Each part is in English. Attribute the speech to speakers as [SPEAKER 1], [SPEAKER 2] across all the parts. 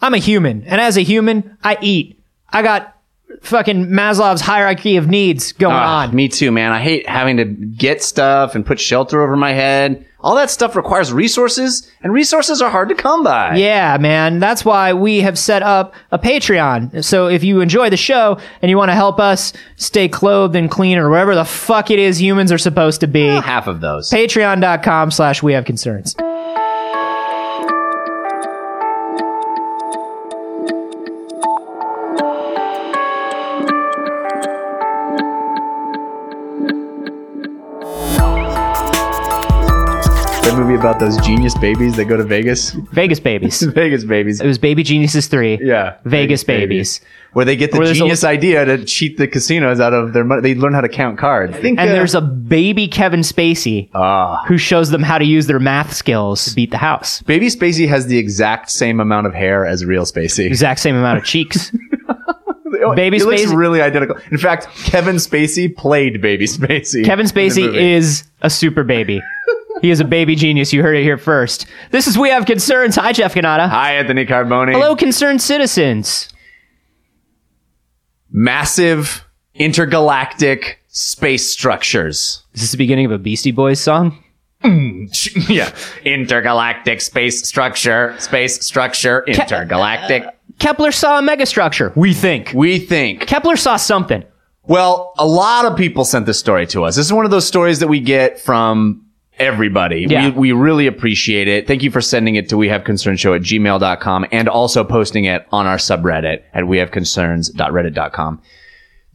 [SPEAKER 1] I'm a human, and as a human, I eat. I got fucking Maslow's hierarchy of needs going
[SPEAKER 2] Ah,
[SPEAKER 1] on.
[SPEAKER 2] me too, man. I hate having to get stuff and put shelter over my head. All that stuff requires resources, and resources are hard to come by.
[SPEAKER 1] Yeah, man. That's why we have set up a Patreon. So if you enjoy the show and you want to help us stay clothed and clean or wherever the fuck it is humans are supposed to be,
[SPEAKER 2] Half of those.
[SPEAKER 1] patreon.com slash we have concerns.
[SPEAKER 2] That movie about those genius babies that go to Vegas.
[SPEAKER 1] Vegas Babies. it
[SPEAKER 2] Vegas babies.
[SPEAKER 1] was Baby Geniuses 3.
[SPEAKER 2] Yeah.
[SPEAKER 1] Vegas Babies.
[SPEAKER 2] Where they get the
[SPEAKER 1] Where there's a-
[SPEAKER 2] genius idea to cheat the casinos out of their money. They learn how to count cards. Ah. I think, uh,
[SPEAKER 1] And there's a baby Kevin Spacey who shows them how to use their math skills to beat the house.
[SPEAKER 2] Baby Spacey has the exact same amount of hair as real Spacey.
[SPEAKER 1] Exact same amount of cheeks.
[SPEAKER 2] Oh,
[SPEAKER 1] Baby
[SPEAKER 2] he looks
[SPEAKER 1] Spacey-
[SPEAKER 2] really identical. In fact, Kevin Spacey played Baby Spacey.
[SPEAKER 1] Kevin
[SPEAKER 2] in the
[SPEAKER 1] Spacey
[SPEAKER 2] movie.
[SPEAKER 1] is a super baby. he is a baby genius. You heard it here first. This is We Have Concerns. Hi, Jeff Ganata.
[SPEAKER 2] Hi, Anthony Carboni.
[SPEAKER 1] Hello, concerned citizens.
[SPEAKER 2] Massive intergalactic space structures.
[SPEAKER 1] Is this the beginning of a Beastie Boys song?
[SPEAKER 2] yeah. Intergalactic space structure, space structure, intergalactic.
[SPEAKER 1] Kepler saw a megastructure, we think.
[SPEAKER 2] We think.
[SPEAKER 1] Kepler saw something.
[SPEAKER 2] Well, a lot of people sent this story to us. This is one of those stories that we get from everybody.
[SPEAKER 1] Yeah.
[SPEAKER 2] We, we really appreciate it. Thank you for sending it to we have concern show at gmail.com and also posting it on our subreddit at we have concerns.reddit.com.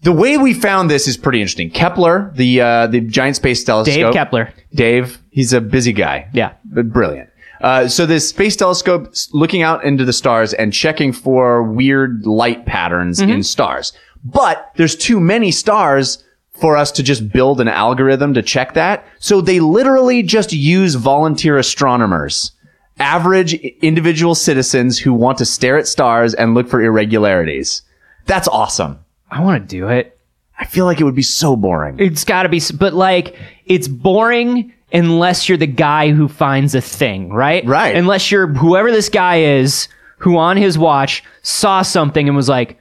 [SPEAKER 2] The way we found this is pretty interesting. Kepler, the uh, the giant space telescope.
[SPEAKER 1] Dave Kepler.
[SPEAKER 2] Dave, he's a busy guy.
[SPEAKER 1] Yeah.
[SPEAKER 2] But brilliant. Uh, so this space telescope s- looking out into the stars and checking for weird light patterns in stars. But there's too many stars for us to just build an algorithm to check that. So they literally just use volunteer astronomers, average i- individual citizens who want to stare at stars and look for irregularities. That's awesome.
[SPEAKER 1] I want to do it.
[SPEAKER 2] I feel like it would be so boring.
[SPEAKER 1] It's got to be, s- but like, it's boring unless you're the guy who finds a thing, right?
[SPEAKER 2] Right.
[SPEAKER 1] Unless you're whoever this guy is who on his watch saw something and was like,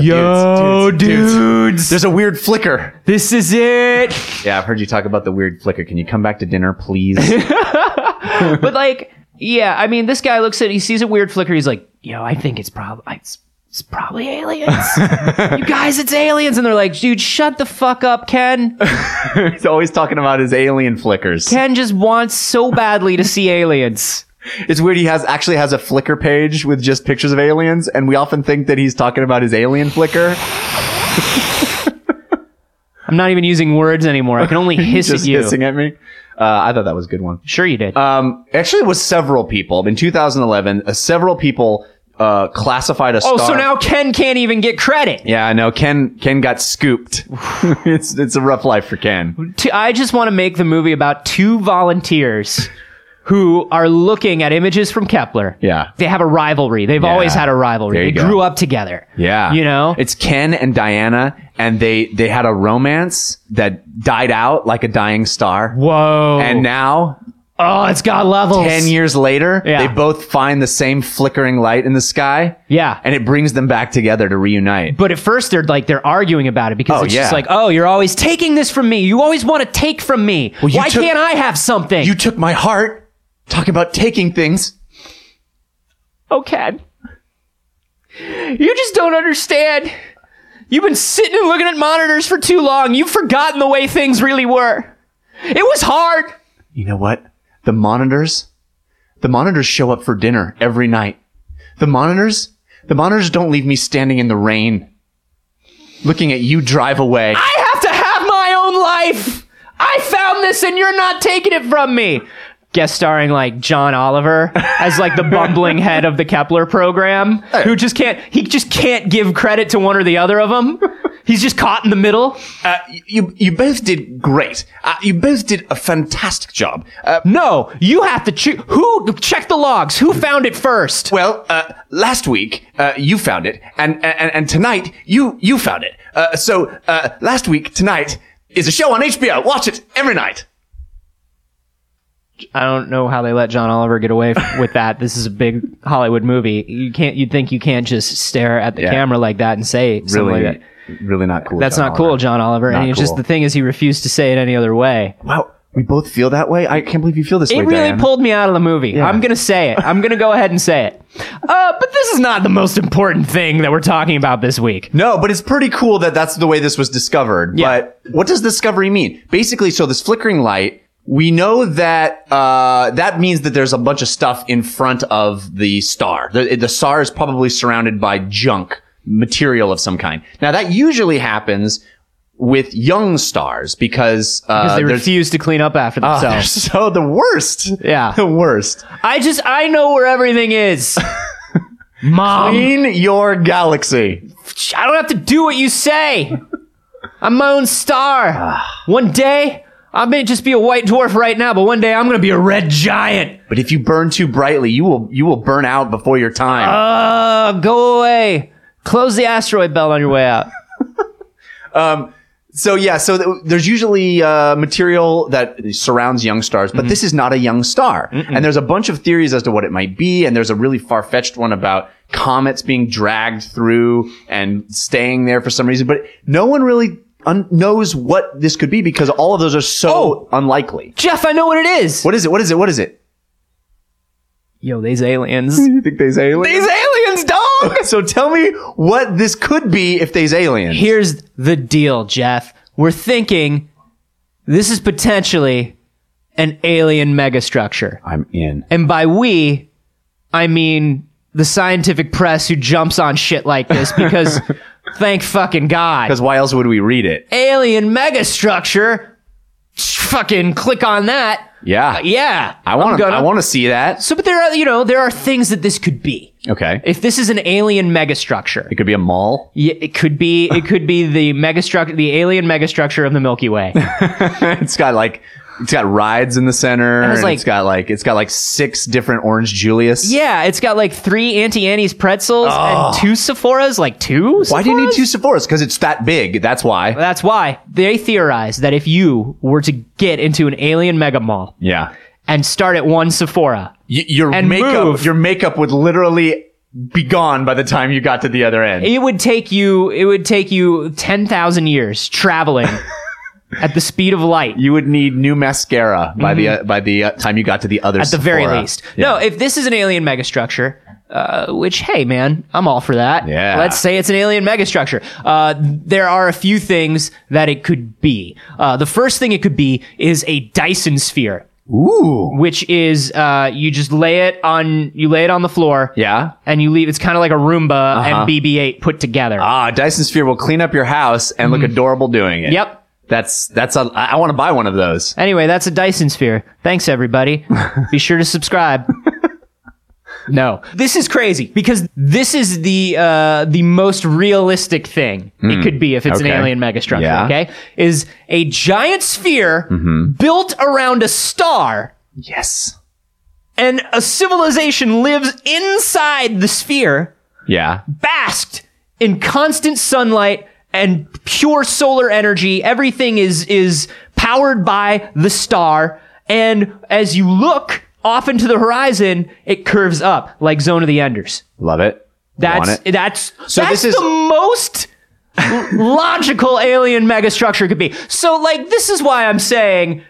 [SPEAKER 1] Yo,
[SPEAKER 2] dudes, dudes,
[SPEAKER 1] Uh, dudes.
[SPEAKER 2] There's a weird flicker.
[SPEAKER 1] this is it.
[SPEAKER 2] Yeah, I've heard you talk about the weird flicker. Can you come back to dinner, please?
[SPEAKER 1] but like, yeah, I mean, this guy looks at, he sees a weird flicker. He's like, yo, I think it's probably, it's, it's probably aliens. you guys, it's aliens. And they're like, dude, shut the fuck up, Ken.
[SPEAKER 2] He's always talking about his alien flickers.
[SPEAKER 1] Ken just wants so badly to see aliens.
[SPEAKER 2] it's weird. He has actually has a flicker page with just pictures of aliens, and we often think that he's talking about his alien flicker.
[SPEAKER 1] I'm not even using words anymore. I can only hiss
[SPEAKER 2] Just
[SPEAKER 1] at you.
[SPEAKER 2] hissing at me. Uh, I thought that was a good one.
[SPEAKER 1] Sure, you did.
[SPEAKER 2] Um, actually, it was several people in 2011. Uh, several people uh, classified a star.
[SPEAKER 1] oh, so now Ken can't even get credit.
[SPEAKER 2] Yeah, I know. Ken Ken got scooped. it's it's a rough life for Ken.
[SPEAKER 1] T- I just want to make the movie about two volunteers who are looking at images from Kepler.
[SPEAKER 2] Yeah.
[SPEAKER 1] They have a rivalry. They've always had a rivalry.
[SPEAKER 2] There
[SPEAKER 1] They
[SPEAKER 2] you go.
[SPEAKER 1] grew up together.
[SPEAKER 2] Yeah.
[SPEAKER 1] You know?
[SPEAKER 2] It's Ken and Diana and they they had a romance that died out like a dying star.
[SPEAKER 1] Whoa.
[SPEAKER 2] And now
[SPEAKER 1] oh, it's got levels.
[SPEAKER 2] 10 years later,
[SPEAKER 1] Yeah.
[SPEAKER 2] they both find the same flickering light in the sky.
[SPEAKER 1] Yeah.
[SPEAKER 2] And it brings them back together to reunite.
[SPEAKER 1] but at first they're like they're arguing about it because
[SPEAKER 2] Oh,
[SPEAKER 1] it's
[SPEAKER 2] yeah.
[SPEAKER 1] just like, oh, you're always taking this from me. You always want to take from me.
[SPEAKER 2] you
[SPEAKER 1] Why
[SPEAKER 2] took-
[SPEAKER 1] can't I have something?
[SPEAKER 2] You took my heart. Talk about taking things.
[SPEAKER 1] Oh, Ken. You just don't understand. You've been sitting and looking at monitors for too long. You've forgotten the way things really were. It was hard.
[SPEAKER 2] You know what? The monitors, the monitors show up for dinner every night. The monitors, the monitors don't leave me standing in the rain looking at you drive away.
[SPEAKER 1] I have to have my own life. I found this and you're not taking it from me. Guest starring like John Oliver as like the bumbling head of the Kepler program who just can't he just can't give credit to one or the other of them. He's just caught in the middle.
[SPEAKER 2] Uh, you, you both did great. Uh, you both did a fantastic job. Uh,
[SPEAKER 1] No, you have to choose who check the logs. Who found it first?
[SPEAKER 2] Well, uh, last week uh, you found it, and, and and tonight you you found it. Uh, so uh, last week tonight is a show on HBO. Watch it every night.
[SPEAKER 1] I don't know how they let John Oliver get away f- with that. This is a big Hollywood movie. You can't. You'd think you can't just stare at the
[SPEAKER 2] Yeah.
[SPEAKER 1] camera like that and say something like
[SPEAKER 2] Really,
[SPEAKER 1] that.
[SPEAKER 2] really not cool.
[SPEAKER 1] That's
[SPEAKER 2] John
[SPEAKER 1] not
[SPEAKER 2] Oliver.
[SPEAKER 1] cool, John Oliver.
[SPEAKER 2] Oh, Not
[SPEAKER 1] and it's just
[SPEAKER 2] cool.
[SPEAKER 1] the thing is, he refused to say it any other way.
[SPEAKER 2] Wow, we both feel that way. I can't believe you feel this way.
[SPEAKER 1] It really
[SPEAKER 2] Diane.
[SPEAKER 1] pulled me out of the movie. I'm gonna say it. I'm gonna go ahead and say it. Uh, but this is not the most important thing that we're talking about this week.
[SPEAKER 2] No, but it's pretty cool that that's the way this was discovered.
[SPEAKER 1] Yeah.
[SPEAKER 2] But what does discovery mean? Basically, so this flickering light, we know that uh, that means that there's a bunch of stuff in front of the star. The, the star is probably surrounded by junk material of some kind. Now, that usually happens with young stars because, uh,
[SPEAKER 1] Because they
[SPEAKER 2] there's-
[SPEAKER 1] refuse to clean up after
[SPEAKER 2] Oh, they're
[SPEAKER 1] themselves.
[SPEAKER 2] so the worst.
[SPEAKER 1] Yeah.
[SPEAKER 2] the worst.
[SPEAKER 1] I just I know where everything is. Mom,
[SPEAKER 2] In your galaxy.
[SPEAKER 1] I don't have to do what you say. I'm my own
[SPEAKER 2] Ah.
[SPEAKER 1] star. one day, I may just be a white dwarf right now, but one day I'm gonna be a red giant.
[SPEAKER 2] But if you burn too brightly, you will you will burn out before your time.
[SPEAKER 1] Uh, go away. Close the asteroid belt on your way out.
[SPEAKER 2] So yeah, so th- there's usually uh, material that surrounds young stars, but this is not a young star. And there's a bunch of theories as to what it might be, and there's a really far fetched one about comets being dragged through and staying there for some reason. But no one really un- knows what this could be because all of those are so unlikely.
[SPEAKER 1] Jeff, I know what it is.
[SPEAKER 2] What is it? What is it? What is it?
[SPEAKER 1] Yo, these aliens.
[SPEAKER 2] You think they's aliens?
[SPEAKER 1] these aliens, dog.
[SPEAKER 2] so tell me what this could be if they's aliens.
[SPEAKER 1] Here's the deal, Jeff. We're thinking this is potentially an alien megastructure.
[SPEAKER 2] I'm in.
[SPEAKER 1] And by we, I mean the scientific press who jumps on shit like this because thank fucking God.
[SPEAKER 2] Because why else would we read it?
[SPEAKER 1] Alien megastructure. Fucking click on that.
[SPEAKER 2] Yeah,
[SPEAKER 1] Yeah.
[SPEAKER 2] I want to.
[SPEAKER 1] gonna-
[SPEAKER 2] I want to see that.
[SPEAKER 1] So, but there are, you know, there are things that this could be.
[SPEAKER 2] Okay.
[SPEAKER 1] If this is an alien megastructure,
[SPEAKER 2] It could be a mall.
[SPEAKER 1] yeah, it could be, it could be the megastructure, the alien megastructure of the Milky Way.
[SPEAKER 2] It's got like it's got rides in the center.
[SPEAKER 1] was
[SPEAKER 2] and
[SPEAKER 1] like-
[SPEAKER 2] it's got like it's got like six different Orange Julius.
[SPEAKER 1] yeah, it's got like three Auntie Annie's pretzels and two Sephoras, like two.
[SPEAKER 2] Why do you need
[SPEAKER 1] Sephoras?
[SPEAKER 2] two Sephoras? Because it's that big. That's why.
[SPEAKER 1] That's why they theorize that if you were to get into an alien mega mall
[SPEAKER 2] Yeah.
[SPEAKER 1] and start at one Sephora,
[SPEAKER 2] Y- your
[SPEAKER 1] And
[SPEAKER 2] makeup,
[SPEAKER 1] move.
[SPEAKER 2] your makeup would literally be gone by the time you got to the other end.
[SPEAKER 1] it would take you it would take you ten thousand years traveling at the speed of light.
[SPEAKER 2] you would need new mascara by the uh, by the uh, time you got to the other.
[SPEAKER 1] Mm-hmm. At the very least, no. If this is an alien megastructure, uh, which hey man, I'm all for that.
[SPEAKER 2] Yeah.
[SPEAKER 1] Let's say it's an alien megastructure. Uh, there are a few things that it could be. Uh, the first thing it could be is a Dyson sphere.
[SPEAKER 2] Ooh.
[SPEAKER 1] which is uh, you just lay it on you lay it on the floor
[SPEAKER 2] Yeah. Uh-huh.
[SPEAKER 1] and you leave it's kind of like a roomba and bb8 put together
[SPEAKER 2] Ah, Dyson Sphere will clean up your house and look adorable doing it.
[SPEAKER 1] Mm-hmm. Yep.
[SPEAKER 2] That's that's a. I, I want to buy one of those.
[SPEAKER 1] anyway that's a dyson sphere thanks everybody be sure to subscribe no this is crazy because this is the uh, the most realistic thing it could be if it's
[SPEAKER 2] Hmm. okay.
[SPEAKER 1] an alien megastructure
[SPEAKER 2] Yeah. Mm-hmm.
[SPEAKER 1] okay is a giant sphere built around a star
[SPEAKER 2] Yes.
[SPEAKER 1] and a civilization lives inside the sphere
[SPEAKER 2] Yeah.
[SPEAKER 1] basked in constant sunlight and pure solar energy. Everything is is powered by the star, and as you look off into the horizon, it curves up like Zone of the Enders.
[SPEAKER 2] Love it. Want
[SPEAKER 1] That's
[SPEAKER 2] it.
[SPEAKER 1] that's
[SPEAKER 2] So
[SPEAKER 1] that's
[SPEAKER 2] this is-
[SPEAKER 1] the most logical alien megastructure could be. So like this is why I'm saying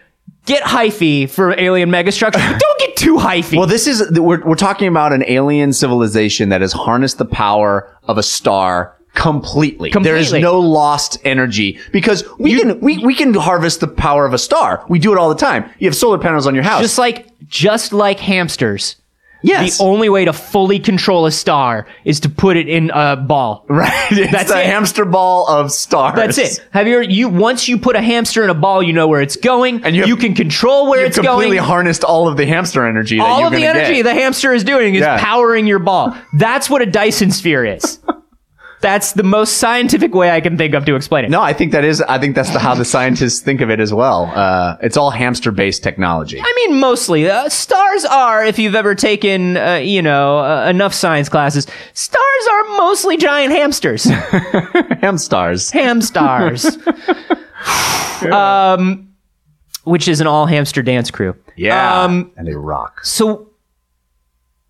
[SPEAKER 1] get hyphy for alien megastructure. but Don't get too hyphy.
[SPEAKER 2] Well, this is we're we're talking about an alien civilization that has harnessed the power of a star completely. There is
[SPEAKER 1] Completely.
[SPEAKER 2] no lost energy because we can we, we can harvest the power of a star. We do it all the time. You have solar panels on your house.
[SPEAKER 1] just like just like hamsters.
[SPEAKER 2] yes.
[SPEAKER 1] The only way to fully control a star is to put it in a ball.
[SPEAKER 2] right. It's
[SPEAKER 1] That's
[SPEAKER 2] the
[SPEAKER 1] it.
[SPEAKER 2] hamster ball of stars.
[SPEAKER 1] That's it. Have you ever, you once you put a hamster in a ball, you know where it's going,
[SPEAKER 2] And you have-
[SPEAKER 1] can control where it's
[SPEAKER 2] Completely
[SPEAKER 1] going.
[SPEAKER 2] harnessed all of the hamster energy. That
[SPEAKER 1] All
[SPEAKER 2] you're
[SPEAKER 1] of the
[SPEAKER 2] gonna
[SPEAKER 1] energy
[SPEAKER 2] get.
[SPEAKER 1] the hamster is doing is
[SPEAKER 2] Yeah.
[SPEAKER 1] powering your ball. That's what a Dyson sphere is. That's the most scientific way I can think of to explain it.
[SPEAKER 2] no, I think that is. I think that's the, how the scientists think of it as well. Uh, it's all hamster-based technology.
[SPEAKER 1] I mean, mostly. Uh, stars are, if you've ever taken, uh, you know, uh, enough science classes, stars are mostly giant hamsters.
[SPEAKER 2] Hamstars.
[SPEAKER 1] hamstars. um, which is an all hamster dance crew.
[SPEAKER 2] Yeah.
[SPEAKER 1] Um,
[SPEAKER 2] and they rock.
[SPEAKER 1] So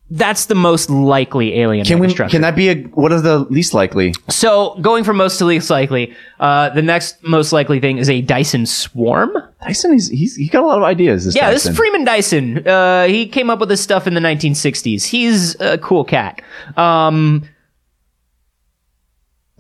[SPEAKER 1] that's the most likely alien
[SPEAKER 2] Can we?
[SPEAKER 1] megastructure.
[SPEAKER 2] Can that be a? What is the least likely?
[SPEAKER 1] so going from most to least likely, uh, the next most likely thing is a Dyson swarm.
[SPEAKER 2] Tyson, he's, he's he got a lot of ideas. This
[SPEAKER 1] Yeah, this
[SPEAKER 2] Tyson.
[SPEAKER 1] is Freeman Dyson. Uh, he came up with this stuff in the 1960s. He's a cool cat. Um,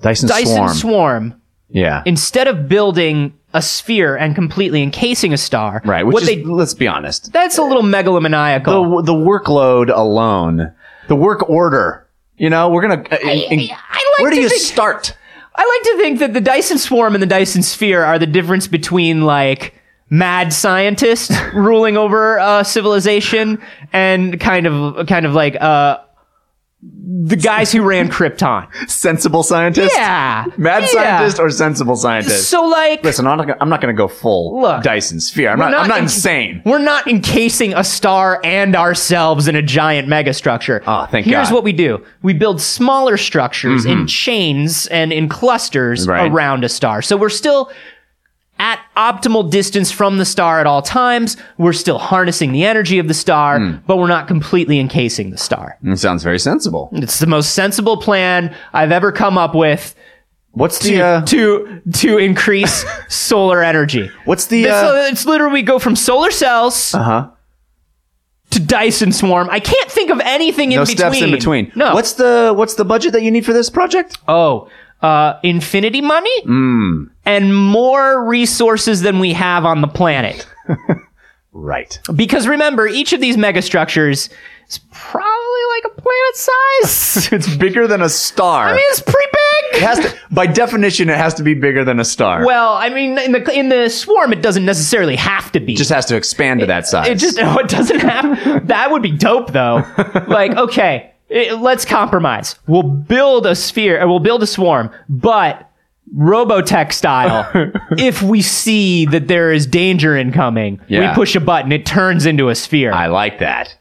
[SPEAKER 2] Dyson,
[SPEAKER 1] Dyson
[SPEAKER 2] swarm.
[SPEAKER 1] swarm.
[SPEAKER 2] yeah.
[SPEAKER 1] Instead of building a sphere and completely encasing a star,
[SPEAKER 2] right. Which
[SPEAKER 1] what
[SPEAKER 2] is,
[SPEAKER 1] they
[SPEAKER 2] let's be honest.
[SPEAKER 1] that's a little
[SPEAKER 2] The
[SPEAKER 1] megalomaniacal.
[SPEAKER 2] the workload alone, the work order. You know, we're gonna. uh, in- in-
[SPEAKER 1] I like
[SPEAKER 2] where do
[SPEAKER 1] to
[SPEAKER 2] you
[SPEAKER 1] think-
[SPEAKER 2] start?
[SPEAKER 1] I like to think that the Dyson swarm and the Dyson sphere are the difference between like mad scientists ruling over uh, civilization and kind of kind of like uh, the guys who ran Krypton.
[SPEAKER 2] Sensible scientist.
[SPEAKER 1] Yeah,
[SPEAKER 2] Mad
[SPEAKER 1] Yeah.
[SPEAKER 2] scientist or sensible scientist?
[SPEAKER 1] So like,
[SPEAKER 2] Listen, I'm not, gonna- I'm not going to go full
[SPEAKER 1] Look,
[SPEAKER 2] Dyson sphere. I'm
[SPEAKER 1] we're
[SPEAKER 2] not, I'm
[SPEAKER 1] not
[SPEAKER 2] not
[SPEAKER 1] in-
[SPEAKER 2] insane.
[SPEAKER 1] We're not encasing a star and ourselves in a giant megastructure.
[SPEAKER 2] Ah, thank
[SPEAKER 1] Here's
[SPEAKER 2] God. Mm-hmm.
[SPEAKER 1] what we do. We build smaller structures in chains and in clusters
[SPEAKER 2] Right.
[SPEAKER 1] around a star. So we're still at optimal distance from the star at all times. We're still harnessing the energy of the star,
[SPEAKER 2] Hmm.
[SPEAKER 1] but we're not completely encasing the star.
[SPEAKER 2] It sounds very sensible.
[SPEAKER 1] It's the most sensible plan I've ever come up with
[SPEAKER 2] What's
[SPEAKER 1] to
[SPEAKER 2] the uh,
[SPEAKER 1] to, to increase solar energy.
[SPEAKER 2] what's the
[SPEAKER 1] This-
[SPEAKER 2] uh,
[SPEAKER 1] uh, it's literally we go from solar cells
[SPEAKER 2] Uh-huh.
[SPEAKER 1] to Dyson swarm. I can't think of anything in
[SPEAKER 2] no
[SPEAKER 1] between.
[SPEAKER 2] steps in between?
[SPEAKER 1] No.
[SPEAKER 2] What's the what's the budget that you need for this project?
[SPEAKER 1] oh uh, infinity money
[SPEAKER 2] Hmm.
[SPEAKER 1] and more resources than we have on the planet?
[SPEAKER 2] Right.
[SPEAKER 1] Because remember, each of these megastructures is probably like a planet size.
[SPEAKER 2] It's bigger than a star.
[SPEAKER 1] it's pretty big.
[SPEAKER 2] it has to, by definition, it has to be bigger than a star.
[SPEAKER 1] well, I mean, in the in the swarm, it doesn't necessarily have to be.
[SPEAKER 2] it just has to expand to that size.
[SPEAKER 1] It just no, it doesn't have. That would be dope though. like okay, it- let's compromise. We'll build a sphere. Or we'll build a swarm, but Robotech style. if we see that there is danger incoming,
[SPEAKER 2] Yeah.
[SPEAKER 1] we push a button. It turns into a sphere.
[SPEAKER 2] I like that.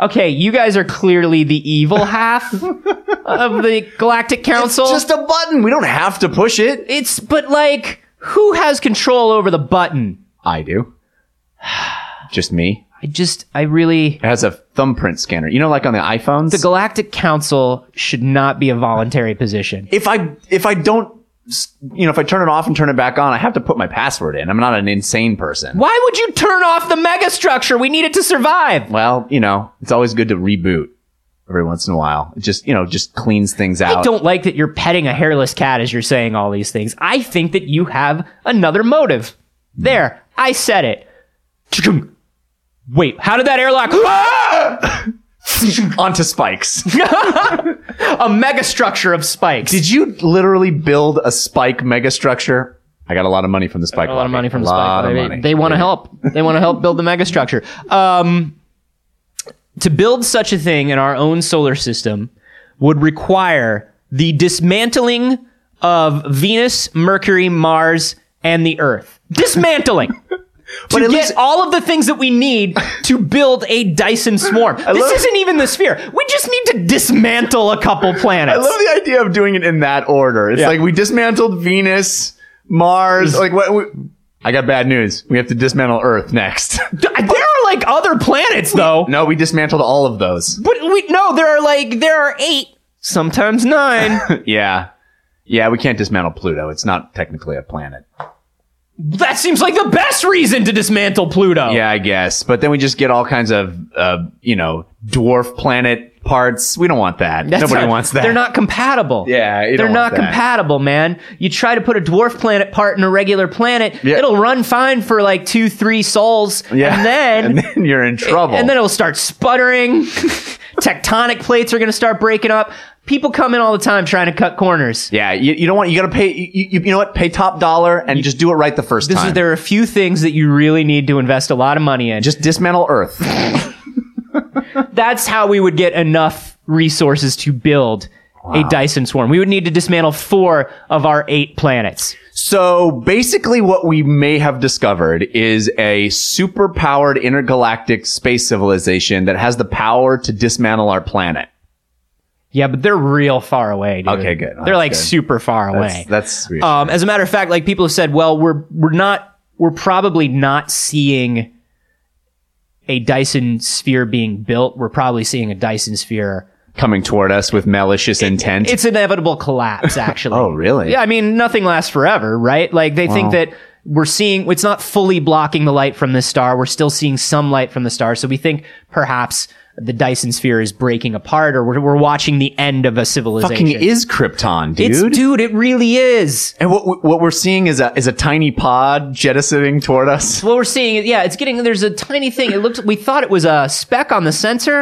[SPEAKER 1] okay, you guys are clearly the evil half of the Galactic Council.
[SPEAKER 2] Just a button. We don't have to push it.
[SPEAKER 1] it's but like who has control over the button?
[SPEAKER 2] I do. Just me.
[SPEAKER 1] I just I really.
[SPEAKER 2] It has a thumbprint scanner. You know, like on the iPhones.
[SPEAKER 1] The Galactic Council should not be a voluntary position.
[SPEAKER 2] if I if I don't you know if I turn it off and turn it back on, I have to put my password in. I'm not an insane person.
[SPEAKER 1] Why would you turn off the megastructure? We need it to survive.
[SPEAKER 2] Well, you know, it's always good to reboot every once in a while. It just you know just cleans things out.
[SPEAKER 1] I don't like that you're petting a hairless cat as you're saying all these things. I think that you have another motive. There, I said it. Chugum. Wait, how did that airlock?
[SPEAKER 2] Onto spikes.
[SPEAKER 1] a megastructure of spikes.
[SPEAKER 2] Did you literally build a spike megastructure? I got a lot of money from the spike.
[SPEAKER 1] a lot of money from
[SPEAKER 2] a
[SPEAKER 1] the
[SPEAKER 2] lot
[SPEAKER 1] spike.
[SPEAKER 2] of
[SPEAKER 1] They-
[SPEAKER 2] money.
[SPEAKER 1] They want to help. They want to help build the megastructure. Um, to build such a thing in our own solar system would require the dismantling of Venus, Mercury, Mars, and the Earth. Dismantling. To
[SPEAKER 2] at
[SPEAKER 1] get
[SPEAKER 2] least-
[SPEAKER 1] all of the things that we need to build a Dyson swarm. This
[SPEAKER 2] love-
[SPEAKER 1] isn't even the sphere. We just need to dismantle a couple planets.
[SPEAKER 2] I love the idea of doing it in that order. It's
[SPEAKER 1] Yeah.
[SPEAKER 2] like we dismantled Venus, Mars. like what? We, I got bad news. We have to dismantle Earth next.
[SPEAKER 1] there are like other planets, though.
[SPEAKER 2] no, we dismantled all of those.
[SPEAKER 1] But we no, there are like there are eight, sometimes nine.
[SPEAKER 2] Yeah. Yeah, we can't dismantle Pluto. It's not technically a planet.
[SPEAKER 1] that seems like the best reason to dismantle Pluto.
[SPEAKER 2] Yeah, I guess. But then we just get all kinds of, uh, you know, dwarf planet parts. We don't want that.
[SPEAKER 1] That's
[SPEAKER 2] Nobody
[SPEAKER 1] not-
[SPEAKER 2] wants that.
[SPEAKER 1] They're not compatible.
[SPEAKER 2] Yeah, you
[SPEAKER 1] they're
[SPEAKER 2] don't
[SPEAKER 1] not
[SPEAKER 2] want that.
[SPEAKER 1] compatible, man. You try to put a dwarf planet part in a regular planet,
[SPEAKER 2] Yeah.
[SPEAKER 1] it'll run fine for like two, three souls,
[SPEAKER 2] Yeah.
[SPEAKER 1] and then
[SPEAKER 2] and then you're in trouble.
[SPEAKER 1] and then it'll start sputtering. Tectonic plates are going to start breaking up. People come in all the time trying to cut corners.
[SPEAKER 2] yeah, you, you don't want. You gotta pay. You, you, you know what? Pay top dollar and just do it right the first
[SPEAKER 1] This
[SPEAKER 2] time.
[SPEAKER 1] is, there are a few things that you really need to invest a lot of money in.
[SPEAKER 2] just dismantle Earth.
[SPEAKER 1] that's how we would get enough resources to build a Dyson swarm. We would need to dismantle four of our eight planets.
[SPEAKER 2] So basically, what we may have discovered is a super powered intergalactic space civilization that has the power to dismantle our planet.
[SPEAKER 1] Yeah, but they're real far away, dude.
[SPEAKER 2] Okay, good.
[SPEAKER 1] They're
[SPEAKER 2] That's
[SPEAKER 1] like
[SPEAKER 2] good.
[SPEAKER 1] super far
[SPEAKER 2] That's,
[SPEAKER 1] away.
[SPEAKER 2] that's reassuring.
[SPEAKER 1] um, as a matter of fact, like people have said, well, we're we're not we're probably not seeing a Dyson sphere being built, we're probably seeing a Dyson sphere.
[SPEAKER 2] coming toward us with malicious intent.
[SPEAKER 1] It's inevitable collapse, actually.
[SPEAKER 2] oh, really?
[SPEAKER 1] Yeah, I mean, nothing lasts forever, right? Like they think that we're seeing it's not fully blocking the light from the star. We're still seeing some light from the star, so we think perhaps the Dyson sphere is breaking apart, or we're, we're watching the end of a civilization.
[SPEAKER 2] Fucking is Krypton, dude.
[SPEAKER 1] it's dude, it really is.
[SPEAKER 2] and what what we're seeing is a is a tiny pod jettisoning toward us.
[SPEAKER 1] What we're seeing, is- yeah, it's getting. There's a tiny thing. It looked. We thought it was a speck on the sensor,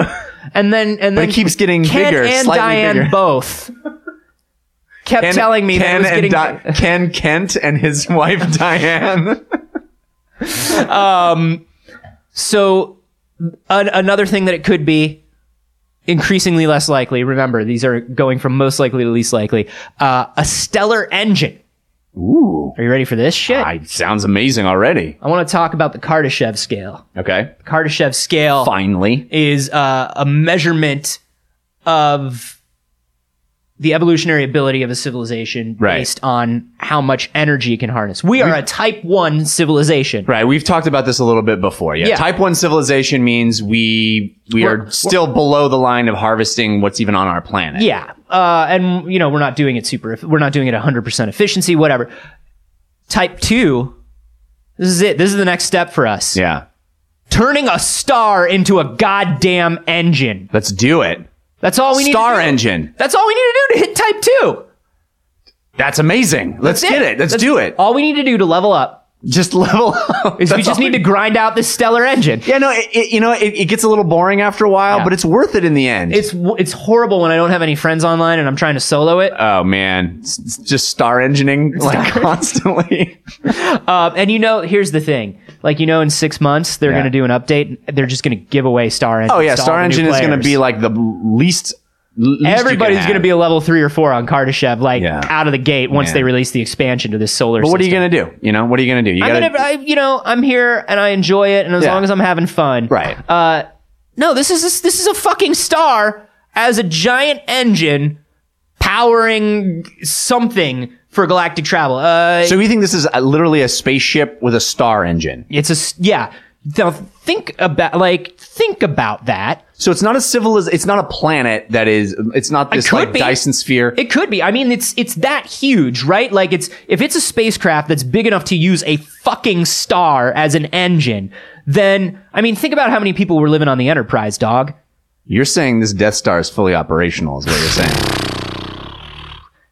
[SPEAKER 1] and then and then
[SPEAKER 2] it keeps getting
[SPEAKER 1] Ken
[SPEAKER 2] bigger,
[SPEAKER 1] and
[SPEAKER 2] slightly
[SPEAKER 1] Diane
[SPEAKER 2] bigger.
[SPEAKER 1] both kept telling me that it
[SPEAKER 2] Ken
[SPEAKER 1] was getting.
[SPEAKER 2] and Di- Ken Kent and his wife Diane.
[SPEAKER 1] So an- another thing that it could be increasingly less likely. Remember, these are going from most likely to least likely. Uh, a stellar engine.
[SPEAKER 2] Ooh,
[SPEAKER 1] Are you ready for this shit? I,
[SPEAKER 2] I sounds amazing already.
[SPEAKER 1] want to talk about the Kardashev scale.
[SPEAKER 2] Okay,
[SPEAKER 1] The Kardashev scale
[SPEAKER 2] finally.
[SPEAKER 1] is uh, a measurement of the evolutionary ability of a civilization
[SPEAKER 2] Right.
[SPEAKER 1] based on how much energy it can harness. We are a type one civilization.
[SPEAKER 2] Right, we've talked about this a little bit before. Yeah,
[SPEAKER 1] Yeah.
[SPEAKER 2] type one civilization means we we
[SPEAKER 1] We're-
[SPEAKER 2] are still below the line of harvesting what's even on our planet.
[SPEAKER 1] Yeah. Uh, and, you know, we're not doing it super, we're not doing it 100% efficiency, whatever. Type two, this is it. This is the next step for us.
[SPEAKER 2] yeah.
[SPEAKER 1] Turning a star into a goddamn engine.
[SPEAKER 2] Let's do it.
[SPEAKER 1] That's all we need.
[SPEAKER 2] Star
[SPEAKER 1] to do.
[SPEAKER 2] engine.
[SPEAKER 1] That's all we need to do to hit type two.
[SPEAKER 2] That's amazing. Let's
[SPEAKER 1] That's
[SPEAKER 2] get it. Let's, do it.
[SPEAKER 1] All we need to do to level up
[SPEAKER 2] Just level up.
[SPEAKER 1] is we just need to grind out this stellar engine.
[SPEAKER 2] Yeah, no, it, it, you know, it, it gets a little boring after a while, but it's worth it in the end.
[SPEAKER 1] It's it's horrible when I don't have any friends online and I'm trying to solo it.
[SPEAKER 2] oh man, it's, it's just star engineering like constantly.
[SPEAKER 1] Um, and you know, here's the thing. Like you know, in six months they're
[SPEAKER 2] Yeah.
[SPEAKER 1] going to do an update. They're just going to give away Star Engine.
[SPEAKER 2] Oh yeah,
[SPEAKER 1] to all
[SPEAKER 2] star
[SPEAKER 1] the new
[SPEAKER 2] engine is going to
[SPEAKER 1] players.
[SPEAKER 2] be like the least. least you can
[SPEAKER 1] everybody's
[SPEAKER 2] have.
[SPEAKER 1] going to be a level three or four on Kardashev, like
[SPEAKER 2] Yeah.
[SPEAKER 1] out of the gate once
[SPEAKER 2] Yeah.
[SPEAKER 1] they release the expansion to this solar.
[SPEAKER 2] But what are you going to do? You know, what are you going to do? You
[SPEAKER 1] I'm
[SPEAKER 2] gotta-
[SPEAKER 1] gonna, I, you know, I'm here and I enjoy it, and as
[SPEAKER 2] Yeah.
[SPEAKER 1] long as I'm having fun,
[SPEAKER 2] Right.
[SPEAKER 1] Uh, no, this is this, this is a fucking star as a giant engine powering something for galactic travel. Uh,
[SPEAKER 2] So we think this is uh literally a spaceship with a star engine.
[SPEAKER 1] it's a s- yeah. Now think about like think about that.
[SPEAKER 2] So it's not a civiliz. It's not a planet that is. It's not this
[SPEAKER 1] could
[SPEAKER 2] like
[SPEAKER 1] be.
[SPEAKER 2] Dyson sphere.
[SPEAKER 1] It could be. I mean, it's it's that huge, right? Like it's if it's a spacecraft that's big enough to use a fucking star as an engine, then I mean, think about how many people were living on the Enterprise, dog.
[SPEAKER 2] you're saying this Death Star is fully operational, is what you're saying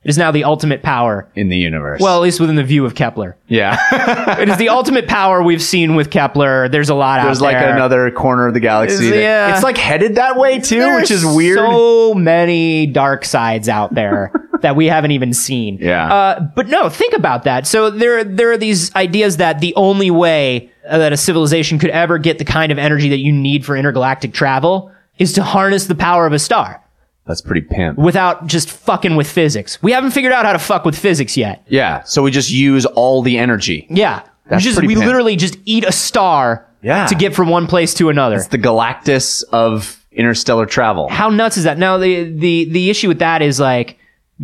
[SPEAKER 1] It is now the ultimate power.
[SPEAKER 2] in the universe.
[SPEAKER 1] Well, at least within the view of Kepler.
[SPEAKER 2] yeah.
[SPEAKER 1] It is the ultimate power we've seen with Kepler. There's a lot
[SPEAKER 2] There's
[SPEAKER 1] out
[SPEAKER 2] like
[SPEAKER 1] there.
[SPEAKER 2] another corner of the galaxy.
[SPEAKER 1] Is-
[SPEAKER 2] that-
[SPEAKER 1] yeah.
[SPEAKER 2] It's like headed that way too,
[SPEAKER 1] There's
[SPEAKER 2] which is weird.
[SPEAKER 1] So many dark sides out there that we haven't even seen.
[SPEAKER 2] Yeah.
[SPEAKER 1] Uh, but no, think about that. So there, there are these ideas that the only way uh, that a civilization could ever get the kind of energy that you need for intergalactic travel is to harness the power of a star
[SPEAKER 2] That's pretty pimp.
[SPEAKER 1] without just fucking with physics. We haven't figured out how to fuck with physics yet.
[SPEAKER 2] Yeah. So we just use all the energy.
[SPEAKER 1] Yeah.
[SPEAKER 2] That's
[SPEAKER 1] we just,
[SPEAKER 2] pretty
[SPEAKER 1] we
[SPEAKER 2] pimp.
[SPEAKER 1] literally just eat a star
[SPEAKER 2] Yeah.
[SPEAKER 1] to get from one place to another.
[SPEAKER 2] The Galactus of interstellar travel.
[SPEAKER 1] how nuts is that? Now the the the issue with that is like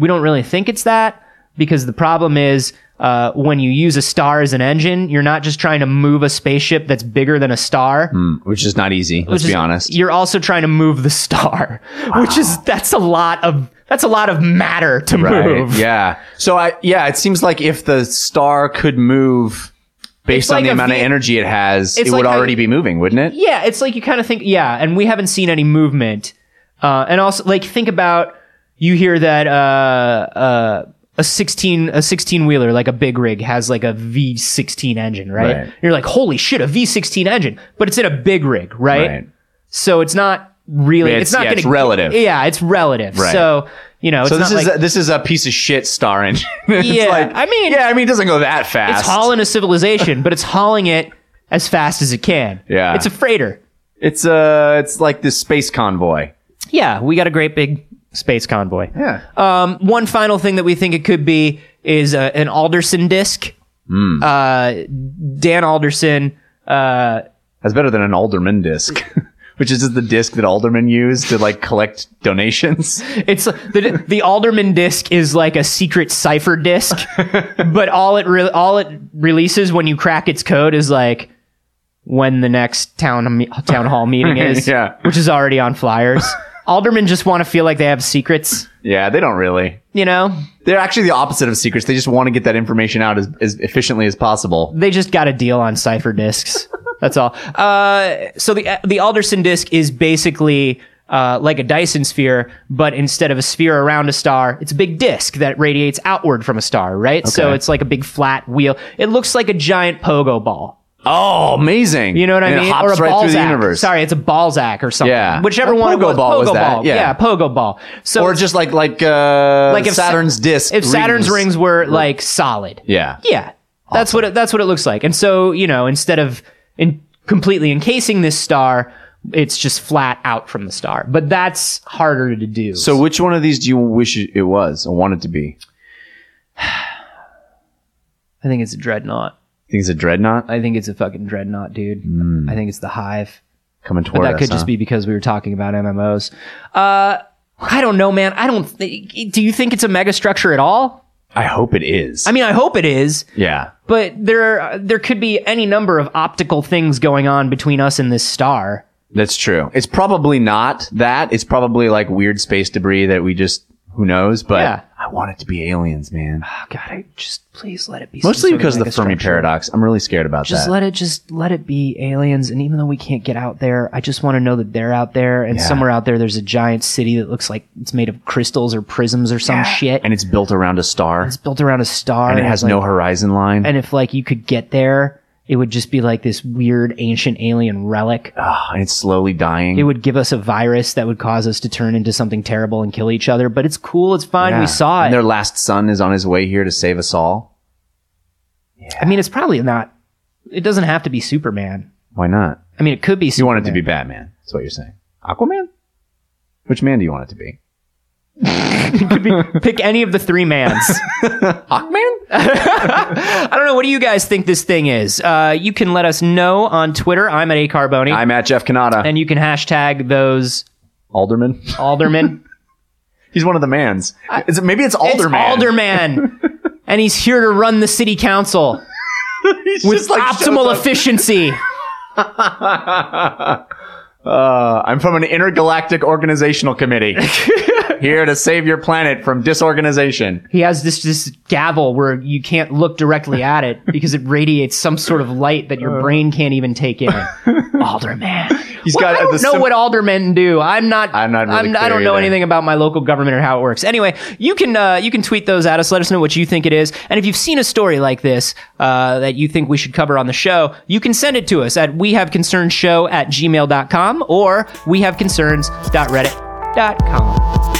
[SPEAKER 1] we don't really think it's that because the problem is uh, when you use a star as an engine, you're not just trying to move a spaceship that's bigger than a star.
[SPEAKER 2] Which is not easy. Let's
[SPEAKER 1] Just-
[SPEAKER 2] Hmm, be honest.
[SPEAKER 1] You're also trying to move the star, which is that's a lot of that's a lot of matter to move.
[SPEAKER 2] Yeah. So I yeah, it seems like if the star could move based
[SPEAKER 1] It's
[SPEAKER 2] on
[SPEAKER 1] like
[SPEAKER 2] the
[SPEAKER 1] a
[SPEAKER 2] amount of
[SPEAKER 1] ve-
[SPEAKER 2] energy it has, it
[SPEAKER 1] it's
[SPEAKER 2] would
[SPEAKER 1] like how
[SPEAKER 2] already
[SPEAKER 1] you-
[SPEAKER 2] be moving, wouldn't it?
[SPEAKER 1] Yeah, it's like you kind of think, yeah, and we haven't seen any movement. Uh, and also, like, think about you hear that uh, uh, a sixteen a sixteen wheeler, like a big rig, has like a V sixteen engine, right?
[SPEAKER 2] Right.
[SPEAKER 1] You're like, holy shit, a V sixteen engine, but it's in a big rig, right?
[SPEAKER 2] Right.
[SPEAKER 1] So it's not really,
[SPEAKER 2] It's-
[SPEAKER 1] it's, not
[SPEAKER 2] yeah,
[SPEAKER 1] gonna,
[SPEAKER 2] it's relative.
[SPEAKER 1] Yeah, it's relative.
[SPEAKER 2] Right.
[SPEAKER 1] So you know, it's
[SPEAKER 2] So
[SPEAKER 1] not
[SPEAKER 2] this is
[SPEAKER 1] like
[SPEAKER 2] a, this is a piece of shit star engine. It's
[SPEAKER 1] Yeah,
[SPEAKER 2] like-
[SPEAKER 1] I mean-
[SPEAKER 2] yeah, I mean, it doesn't go that fast.
[SPEAKER 1] it's hauling a civilization, but it's hauling it as fast as it can.
[SPEAKER 2] Yeah.
[SPEAKER 1] it's a freighter.
[SPEAKER 2] It's uh, it's like this space convoy.
[SPEAKER 1] Yeah, we got a great big space convoy.
[SPEAKER 2] Yeah.
[SPEAKER 1] Um, one final thing that we think it could be is uh, an Alderson disc. Uh, Dan Alderson. Uh,
[SPEAKER 2] That's better than an alderman disc, which is just the disc that aldermen use to like collect donations.
[SPEAKER 1] it's the the Alderman disc is like a secret cipher disc, but all it re- all it releases when you crack its code is like when the next town town hall meeting is,
[SPEAKER 2] Yeah.
[SPEAKER 1] which is already on flyers. Aldermen just want to feel like they have secrets,
[SPEAKER 2] Yeah, they don't really.
[SPEAKER 1] you know?
[SPEAKER 2] They're actually the opposite of secrets. They just want to get that information out as, as efficiently as possible.
[SPEAKER 1] They just got a deal on cipher discs. That's all. Uh, so the the Alderson disc is basically uh, like a Dyson sphere, but instead of a sphere around a star, it's a big disc that radiates outward from a star, right? So
[SPEAKER 2] Okay.
[SPEAKER 1] it's like a big flat wheel. It looks like a giant pogo ball.
[SPEAKER 2] Oh, amazing!
[SPEAKER 1] You know what I
[SPEAKER 2] And
[SPEAKER 1] mean?
[SPEAKER 2] It hops right through the
[SPEAKER 1] Balzac.
[SPEAKER 2] universe.
[SPEAKER 1] Sorry, it's a Balzac or something.
[SPEAKER 2] Yeah.
[SPEAKER 1] Whichever
[SPEAKER 2] A
[SPEAKER 1] one it
[SPEAKER 2] pogo
[SPEAKER 1] was.
[SPEAKER 2] ball
[SPEAKER 1] pogo
[SPEAKER 2] was that,
[SPEAKER 1] ball.
[SPEAKER 2] yeah.
[SPEAKER 1] pogo ball. So
[SPEAKER 2] Or just like like uh,
[SPEAKER 1] Like if Sa-
[SPEAKER 2] Saturn's disc.
[SPEAKER 1] if Saturn's rings were like solid.
[SPEAKER 2] Yeah.
[SPEAKER 1] Yeah. That's what it, that's what it looks like. And so, you know, instead of in completely encasing this star, it's just flat out from the star. But that's harder to do.
[SPEAKER 2] So which one of these do you wish it was or want it to be?
[SPEAKER 1] I think it's a dreadnought.
[SPEAKER 2] I think it's a dreadnought
[SPEAKER 1] I think it's a fucking dreadnought, dude. I think it's the hive.
[SPEAKER 2] coming toward
[SPEAKER 1] But that
[SPEAKER 2] us,
[SPEAKER 1] could
[SPEAKER 2] Hmm. huh?
[SPEAKER 1] just be because we were talking about MMOs. Uh I don't know, man. I don't thi- do you think it's a megastructure at all?
[SPEAKER 2] I hope it is.
[SPEAKER 1] I mean, I hope it is.
[SPEAKER 2] yeah.
[SPEAKER 1] but there are, there could be any number of optical things going on between us and this star.
[SPEAKER 2] That's true. It's probably not that. It's probably like weird space debris that we just who knows, but
[SPEAKER 1] Yeah.
[SPEAKER 2] I want it to be aliens, man.
[SPEAKER 1] Oh God, I just please let it be. some
[SPEAKER 2] Mostly
[SPEAKER 1] sort
[SPEAKER 2] because of the Fermi
[SPEAKER 1] megastructure.
[SPEAKER 2] paradox. I'm really scared about
[SPEAKER 1] Just
[SPEAKER 2] that.
[SPEAKER 1] let it, just let it be aliens. And even though we can't get out there, I just want to know that they're out there. And
[SPEAKER 2] Yeah.
[SPEAKER 1] somewhere out there, there's a giant city that looks like it's made of crystals or prisms or some shit.
[SPEAKER 2] and it's built around a star
[SPEAKER 1] it's built around a star,
[SPEAKER 2] and it has
[SPEAKER 1] like,
[SPEAKER 2] no horizon line.
[SPEAKER 1] And if like you could get there, it would just be like this weird ancient alien relic.
[SPEAKER 2] Ah, and it's slowly dying.
[SPEAKER 1] it would give us a virus that would cause us to turn into something terrible and kill each other. But it's cool. It's fine.
[SPEAKER 2] Yeah.
[SPEAKER 1] We saw
[SPEAKER 2] And
[SPEAKER 1] it.
[SPEAKER 2] their last son is on his way here to save us all.
[SPEAKER 1] I mean, it's probably not. It doesn't have to be Superman.
[SPEAKER 2] Why not?
[SPEAKER 1] I mean, it could be.
[SPEAKER 2] You
[SPEAKER 1] Superman.
[SPEAKER 2] want it to be Batman. That's what you're saying. Aquaman? Which man do you want it to be?
[SPEAKER 1] Pick any of the three mans.
[SPEAKER 2] Aquaman?
[SPEAKER 1] I don't know. What do you guys think this thing is? Uh, you can let us know on Twitter. I'm at a Carboni,
[SPEAKER 2] I'm at Jeff Kanata.
[SPEAKER 1] and you can hashtag those
[SPEAKER 2] Alderman.
[SPEAKER 1] aldermen.
[SPEAKER 2] He's one of the mans. Is it, maybe it's
[SPEAKER 1] It's
[SPEAKER 2] Alderman.
[SPEAKER 1] alderman, and he's here to run the city council
[SPEAKER 2] He's
[SPEAKER 1] with
[SPEAKER 2] just, like,
[SPEAKER 1] optimal
[SPEAKER 2] shows up.
[SPEAKER 1] efficiency.
[SPEAKER 2] Uh, I'm from an intergalactic organizational committee here to save your planet from disorganization.
[SPEAKER 1] he has this this gavel where you can't look directly at it because it radiates some sort of light that
[SPEAKER 2] Uh.
[SPEAKER 1] your brain can't even take in. Alderman.
[SPEAKER 2] He's
[SPEAKER 1] Well,
[SPEAKER 2] got
[SPEAKER 1] I
[SPEAKER 2] uh,
[SPEAKER 1] don't
[SPEAKER 2] the
[SPEAKER 1] know
[SPEAKER 2] sim-
[SPEAKER 1] what aldermen do. I'm not.
[SPEAKER 2] I'm not really
[SPEAKER 1] I don't
[SPEAKER 2] clear
[SPEAKER 1] know
[SPEAKER 2] either.
[SPEAKER 1] anything about my local government or how it works. Anyway, you can uh, you can tweet those at us. Let us know what you think it is. And if you've seen a story like this uh, that you think we should cover on the show, you can send it to us at we have concerns show at gmail.com or we have concerns.reddit.com.